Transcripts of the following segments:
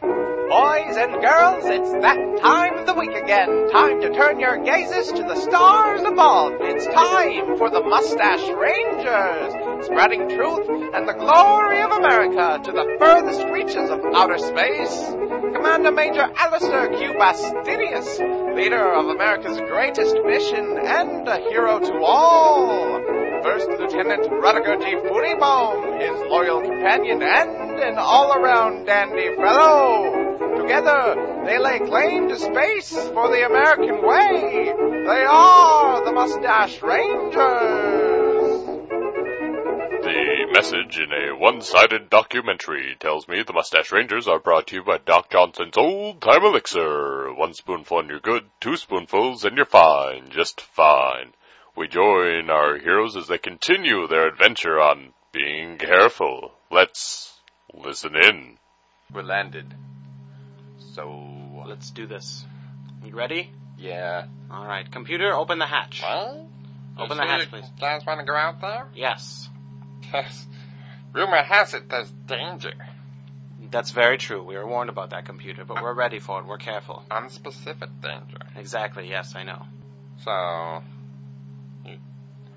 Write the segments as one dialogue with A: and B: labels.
A: Boys and girls, it's that time of the week again. Time to turn your gazes to the stars above. It's time for the Mustache Rangers, spreading truth and the glory of America to the furthest reaches of outer space. Commander Major Alistair Q. Bastidius, leader of America's greatest mission and a hero to all. First Lieutenant Rutger G. Funibaum, his loyal companion and an all-around dandy fellow. Together, they lay claim to space for the American way. They are the Mustache Rangers.
B: The message in a one-sided documentary tells me the Mustache Rangers are brought to you by Doc Johnson's Old Time Elixir. One spoonful and you're good, two spoonfuls and you're fine, just fine. We join our heroes as they continue their adventure on being careful. Let's listen in.
A: We're landed. So,
C: Let's do this. You ready?
A: yeah.
C: All right, computer, open the hatch.
D: Well,
C: Open the
D: you
C: hatch, please.
D: Guys, want to go out there?
C: Yes,
D: Cause rumor has it there's danger.
C: that's very true. We were warned about that computer, but we're ready for it. We're careful.
D: Unspecific danger.
C: Exactly. Yes, I know.
D: So, you,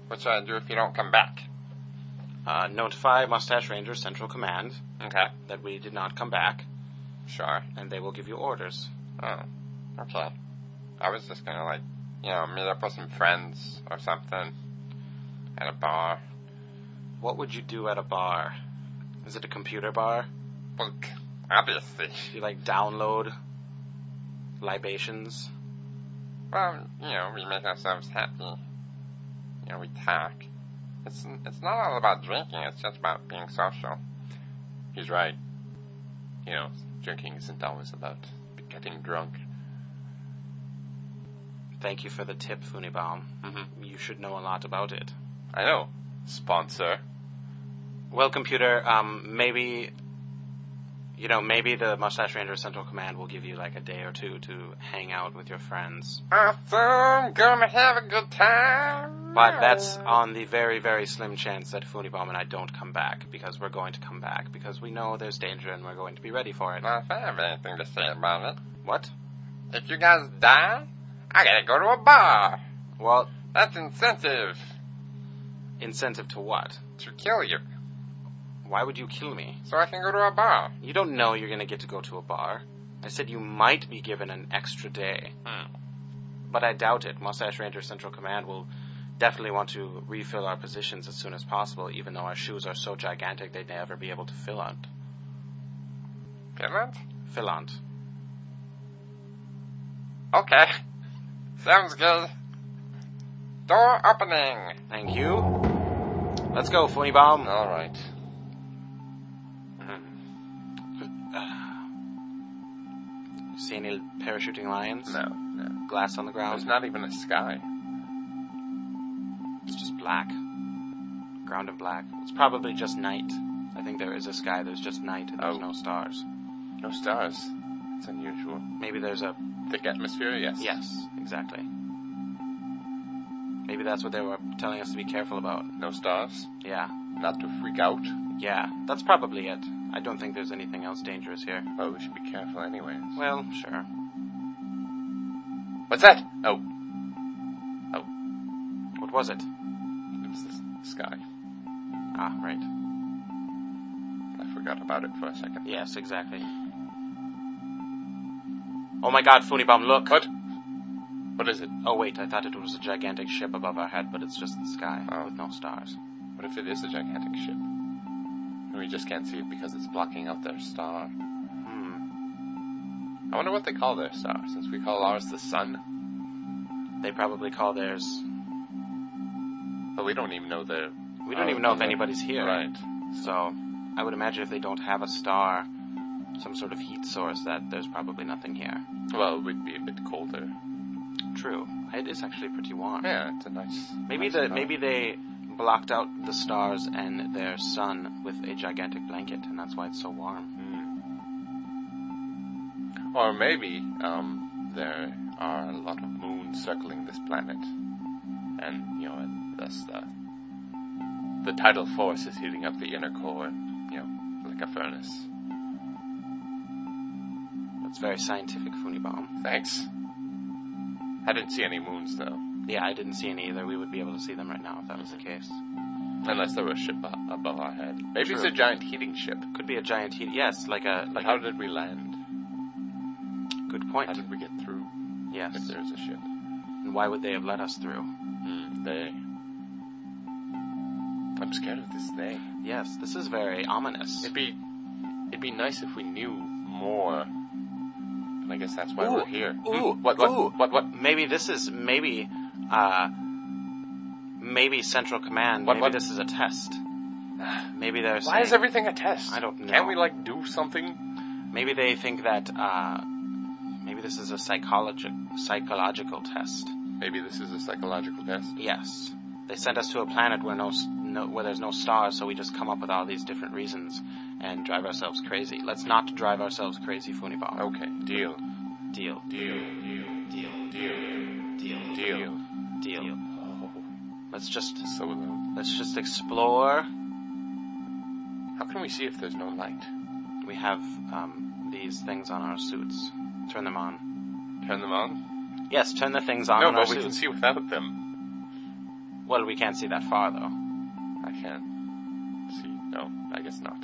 D: what should I do if you don't come back?
C: Uh, notify Mustache Ranger Central Command
D: Okay.
C: that we did not come back,
D: Sure.
C: and they will give you orders.
D: Oh, okay. I was just gonna like, you know, meet up with some friends or something at a bar.
C: What would you do at a bar? Is it a computer bar?
D: Well, obviously.
C: Do you like download libations?
D: Well, you know, we make ourselves happy. You know, we talk. It's it's not all about drinking. It's just about being social. He's right. You know, drinking isn't always about getting drunk.
C: Thank you for the tip, Funibaum.
D: Mm-hmm.
C: You should know a lot about it.
D: I know. Sponsor.
C: Well, computer, um, maybe, you know, maybe the Mustache Ranger Central Command will give you like a day or two to hang out with your friends.
D: Awesome. Gonna have a good time.
C: But that's on the very, very slim chance that Funibaum and I don't come back because we're going to come back because we know there's danger and we're going to be ready for it.
D: Well, if I have anything to say about it,
C: What?
D: if you guys die, I gotta go to a bar.
C: Well,
D: That's incentive
C: incentive to what?
D: to kill you,
C: Why would you kill me?
D: so I can go to a bar.
C: You don't know you're going to get to go to a bar. I said you might be given an extra day.
D: Hmm.
C: But I doubt it. Mustache Ranger Central Command will definitely want to refill our positions as soon as possible, even though our shoes are so gigantic they'd never be able to fill out.
D: Finland?
C: Fill out.
D: Okay. Sounds good. Door opening.
C: Thank you. Let's go, Phony Bomb.
D: All right.
C: See any parachuting lions?
D: No, no.
C: Glass on the
D: There's
C: ground?
D: not even a sky.
C: It's just black. Ground and black. It's probably just night. I think there is a sky, there's just night, and there's
D: Oh.
C: no stars.
D: No stars. It's unusual.
C: Maybe there's a
D: Thick atmosphere, yes.
C: Yes, exactly. Maybe that's what they were telling us to be careful about.
D: No stars.
C: Yeah,
D: Not to freak out.
C: yeah, that's probably it. I don't think there's anything else dangerous here.
D: Well, Oh, we should be careful anyways.
C: Well, sure.
D: What's that? Oh,
C: What was it?
D: it's the s- sky.
C: Ah, right.
D: I forgot about it for a second.
C: Yes, exactly. Oh my god, Funibom, look!
D: What? What is it?
C: Oh wait, I thought it was a gigantic ship above our head, but it's just the sky
D: Oh.
C: with no stars.
D: What if it is a gigantic ship? And we just can't see it because it's blocking out their star.
C: Hmm.
D: I wonder what they call their star, since we call ours the sun.
C: They probably call theirs.
D: But we don't even know the.
C: We don't
D: Oh,
C: even know if
D: okay.
C: anybody's here.
D: Right.
C: So, I would imagine if they don't have a star, some sort of heat source, that there's probably nothing here.
D: Well, it would be a bit colder.
C: True. It is actually pretty warm.
D: Yeah, it's a nice.
C: Maybe
D: nice
C: the
D: star.
C: maybe they blocked out the stars and their sun with a gigantic blanket, and that's why it's so warm.
D: Hmm. Or maybe um, there are a lot of moons circling this planet, and you know, and thus the the tidal force is heating up the inner core, and you know, like a furnace.
C: That's very scientific, Funibom.
D: Thanks. I didn't see any moons though,
C: Yeah, I didn't see any either. We would be able to see them right now if that was the case.
D: unless there was a ship up- above our head. Maybe it's
C: True.
D: a giant heating ship.
C: Could be a giant heat. Yes, like a
D: Like,
C: like
D: how
C: a
D: did we land?
C: good
D: How
C: point.
D: did we get through? If
C: Yes.
D: there's a ship,
C: And why would they have let us through?
D: Mm, they. I'm scared of this thing.
C: Yes, this is very ominous.
D: It'd be, it'd be nice if we knew more. And I guess that's why
C: Ooh,
D: we're here. Hmm,
C: ooh,
D: what, what,
C: ooh.
D: what, what,
C: maybe this is maybe uh maybe Central Command.
D: What-
C: maybe
D: what-
C: this is a test. Maybe they're
D: Why is
C: saying-
D: everything a test?
C: I don't know.
D: Can't we like do something?
C: Maybe they think that uh, maybe this is a psychological psychological test.
D: Maybe this is a psychological test.
C: Yes, they sent us to a planet where no, s- no where there's no stars, so we just come up with all these different reasons and drive ourselves crazy. Let's not drive ourselves crazy, Funibom.
D: Okay, deal,
C: Deal.
D: deal,
C: Deal.
D: deal,
C: Deal.
D: deal. Oh,
C: Deal. Let's just
D: So alone.
C: let's just explore.
D: How can we see if there's no light?
C: We have um, these things on our suits. Turn them on.
D: Turn them on.
C: Yes, turn the things on.
D: no,
C: on our
D: but we
C: suits.
D: can see without them.
C: Well, we can't see that far though.
D: I can't see. No, I guess not.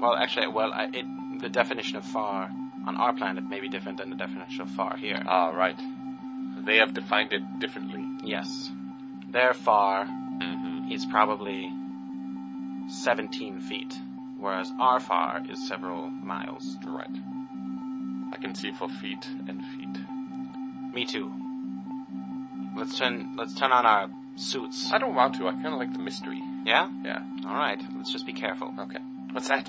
C: Well, actually, well, I, it, the definition of far on our planet may be different than the definition of far here. Uh,
D: Ah, right. They have defined it differently.
C: Yes. Their far
D: Mm-hmm.
C: is probably 17 feet, whereas our far is several miles.
D: Right. I can see for feet and feet.
C: Me too. Let's turn, let's turn on our suits.
D: I don't want to. I kind of like the mystery.
C: Yeah?
D: Yeah.
C: Alright, let's just be careful.
D: Okay. What's that?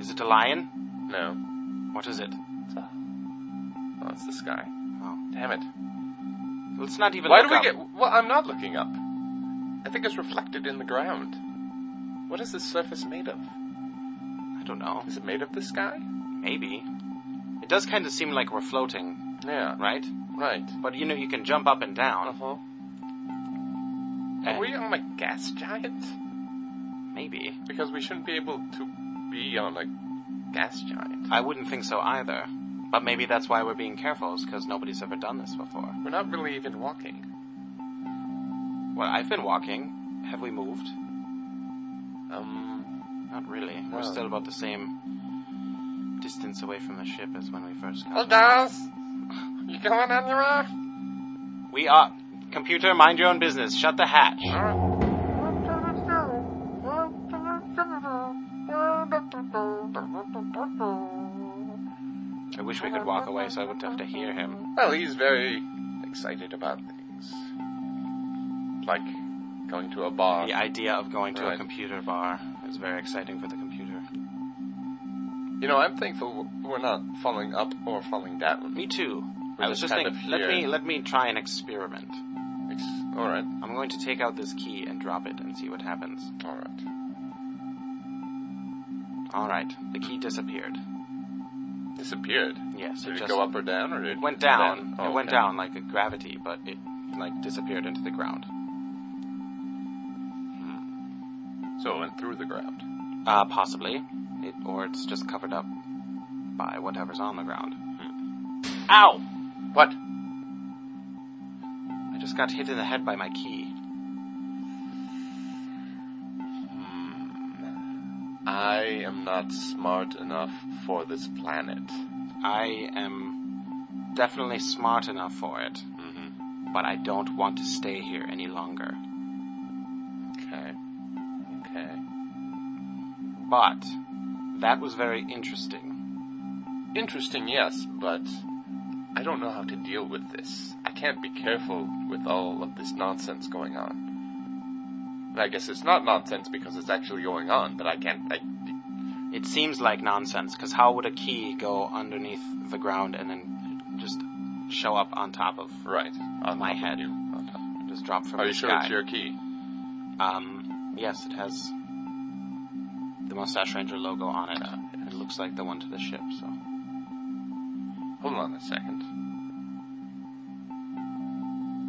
C: Is it a lion?
D: No.
C: What is it?
D: It's a- Oh, it's the sky.
C: Oh.
D: Damn it.
C: Let's not even
D: Why
C: look
D: do we
C: up.
D: get? Well, I'm not looking up. I think it's reflected in the ground. What is this surface made of?
C: I don't know.
D: Is it made of the sky?
C: Maybe. It does kind of seem like we're floating,
D: Yeah.
C: right?
D: Right.
C: But you know, you can jump up and down. Eh,
D: Uh huh.
C: and-
D: Are we on a gas giant?
C: Maybe.
D: Because we shouldn't be able to be on a gas giant.
C: I wouldn't think so either. But maybe that's why we're being careful, is because nobody's ever done this before.
D: We're not really even walking.
C: Well, I've been walking. Have we moved?
D: Um.
C: Not really. We're
D: No.
C: still about the same distance away from the ship as when we first got.
D: Well,
C: there.
D: Dallas, you going anywhere?
C: We are. Computer, mind your own business. Shut the hatch.
D: All right.
C: I wish we could walk away so I wouldn't have to hear him.
D: Well, he's very excited about things. Like going to a bar.
C: The idea of going to a
D: Right.
C: computer bar is very exciting for the computer.
D: You know, I'm thankful we're not falling up or falling down.
C: Me too.
D: We're
C: I was
D: just
C: just
D: kind
C: thinking.
D: of
C: Let
D: here.
C: me let me try an experiment.
D: Ex- all right,
C: I'm going to take out this key and drop it and see what happens.
D: all right.
C: All right, the key disappeared.
D: Disappeared.
C: Yes,
D: Did
C: it
D: it
C: just
D: go up or down, or did
C: went down.
D: Oh,
C: it went
D: okay.
C: down like a gravity, but it like disappeared into the ground.
D: So it went through the ground.
C: Uh, possibly, it, or it's just covered up by whatever's on the ground. Ow!
D: What?
C: I just got hit in the head by my key.
D: I am not smart enough for this planet.
C: I am definitely smart enough for it,
D: Mm-hmm.
C: but I don't want to stay here any longer.
D: Okay. Okay.
C: But that was very interesting.
D: Interesting, yes, but I don't know how to deal with this. I can't be careful with all of this nonsense going on. And I guess it's not nonsense because it's actually going on, but I can't. I,
C: It seems like nonsense, because how would a key go underneath the ground and then just show up on top of
D: right. On
C: My
D: top of
C: head.
D: you, on top.
C: just drop from
D: Are
C: the
D: you sure
C: sky.
D: it's your key?
C: Um, yes, it has the Mustache Ranger logo on it. Uh, It looks like the one to the ship, so.
D: Hold on a second.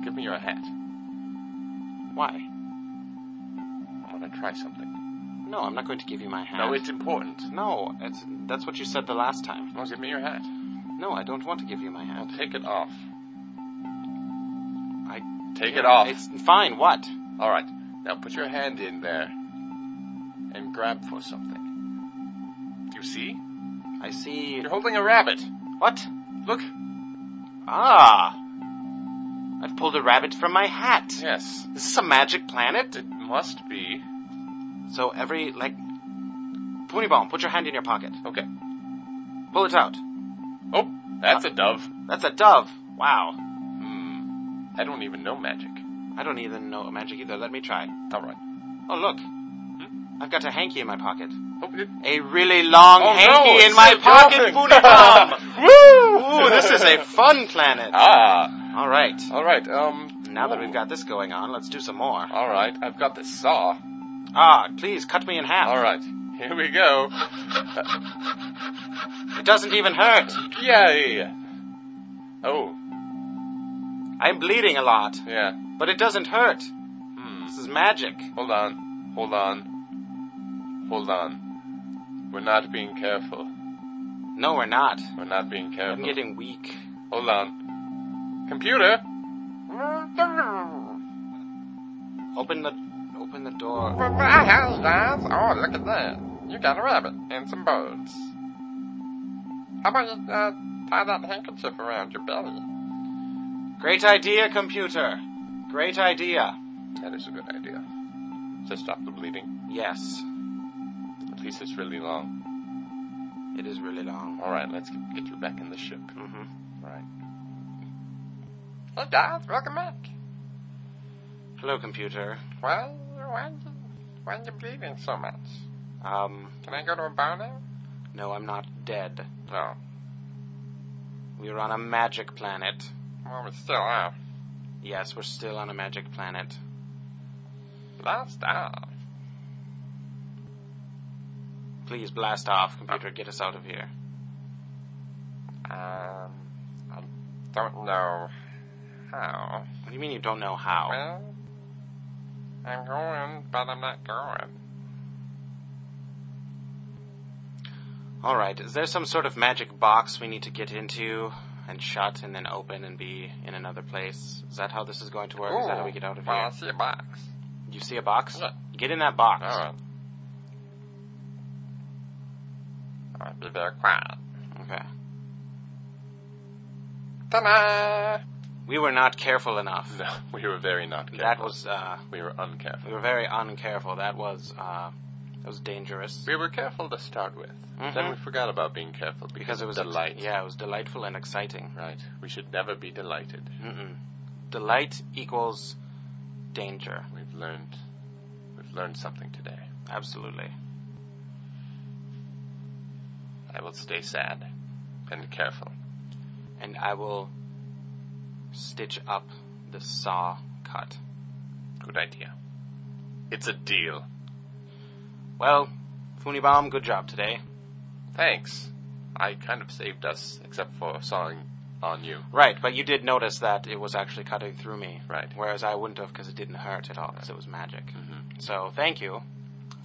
D: Give me your hat.
C: Why?
D: I want to try something.
C: No, I'm not going to give you my hat.
D: No, it's important.
C: No, it's, that's what you said the last time.
D: Well, give me your hat.
C: No, I don't want to give you my
D: Well,
C: hat.
D: take it off.
C: I
D: Take
C: Yeah,
D: it off.
C: It's fine. What?
D: All right. Now put your hand in there and grab for something. You see?
C: I see.
D: You're holding a rabbit.
C: What?
D: Look.
C: Ah, I've pulled a rabbit from my hat.
D: Yes.
C: This is a magic planet.
D: It must be.
C: So every like, Pony Bomb, put your hand in your pocket.
D: Okay.
C: Pull it out.
D: Oh, that's a dove.
C: That's a dove. Wow.
D: Hmm. I don't even know magic.
C: I don't even know magic either. Let me try.
D: All right.
C: Oh look, Hmm? I've got a hanky in my pocket.
D: Oh, it-
C: A really long
D: Oh, no,
C: hanky in
D: it's
C: my
D: your
C: pocket,
D: girlfriend.
C: Pony Bomb. Woo! Ooh, this is a fun planet.
D: ah.
C: All right.
D: All right. Um.
C: Now that
D: ooh,
C: we've got this going on, let's do some more.
D: All right. I've got the saw.
C: Ah, please cut me in half.
D: All right. Here we go.
C: It doesn't even hurt.
D: Yay. Oh.
C: I'm bleeding a lot,
D: Yeah.
C: but it doesn't hurt.
D: Hmm.
C: This is magic.
D: Hold on. Hold on. Hold on. We're not being careful.
C: No, we're not.
D: We're not being
C: I'm
D: careful.
C: getting weak.
D: Hold on. Computer?
C: Open the, open the door.
D: My house guys. Oh, look at that. You got a rabbit and some birds. How about you uh, tie that handkerchief around your belly?
C: Great idea, computer. Great idea.
D: That is a good idea. To stop the bleeding.
C: Yes,
D: At least it's really long.
C: it is really long.
D: Alright, let's get, get you back in the ship.
C: hmm
D: Right. Hey guys, welcome back.
C: Hello, computer.
D: Why, why, are you, why are you bleeding so much?
C: Um,
D: Can I go to a bar now?
C: no, I'm not dead.
D: No.
C: We are on a magic planet.
D: Well, we still are.
C: Yes, we're still on a magic planet.
D: Last hour.
C: Please blast off, computer. Get us out of here.
D: Um, I don't know how.
C: What do you mean you don't know how?
D: Well, I'm going, but I'm not going.
C: All right. Is there some sort of magic box we need to get into and shut and then open and be in another place? Is that how this is going to work? is that how we get out of
D: well, I
C: here?
D: see a box.
C: You see a box?
D: Yeah.
C: Get in that box.
D: Alright. Alright, be very quiet.
C: Okay.
D: Ta-da!
C: We were not careful enough.
D: No, we were very not careful.
C: That was uh,
D: We were uncareful.
C: we were very uncareful. That was uh, that was dangerous.
D: We were careful to start with. Then we
C: Mhm.
D: forgot about being careful Mm-hmm. because,
C: because it was
D: of the light.
C: Yeah, it was delightful and exciting.
D: Right. We should never be delighted.
C: Mm-mm. Delight equals danger.
D: We've learned. We've learned something today.
C: Absolutely.
D: I will stay sad and careful.
C: And I will stitch up the saw cut.
D: Good idea. It's a deal.
C: Well, Funibom, good job today.
D: Thanks. I kind of saved us, except for sawing on you.
C: Right, but you did notice that it was actually cutting through me,
D: Right.
C: whereas I wouldn't have because it didn't hurt at all because it was magic.
D: Mm-hmm.
C: So thank you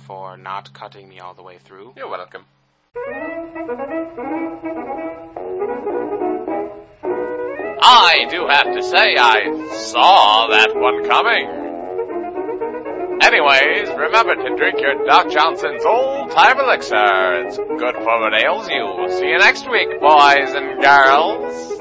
C: for not cutting me all the way through.
D: You're welcome.
B: I do have to say, I saw that one coming. Anyways, remember to drink your Doc Johnson's Old Time Elixir. It's good for what ails you. See you next week, boys and girls.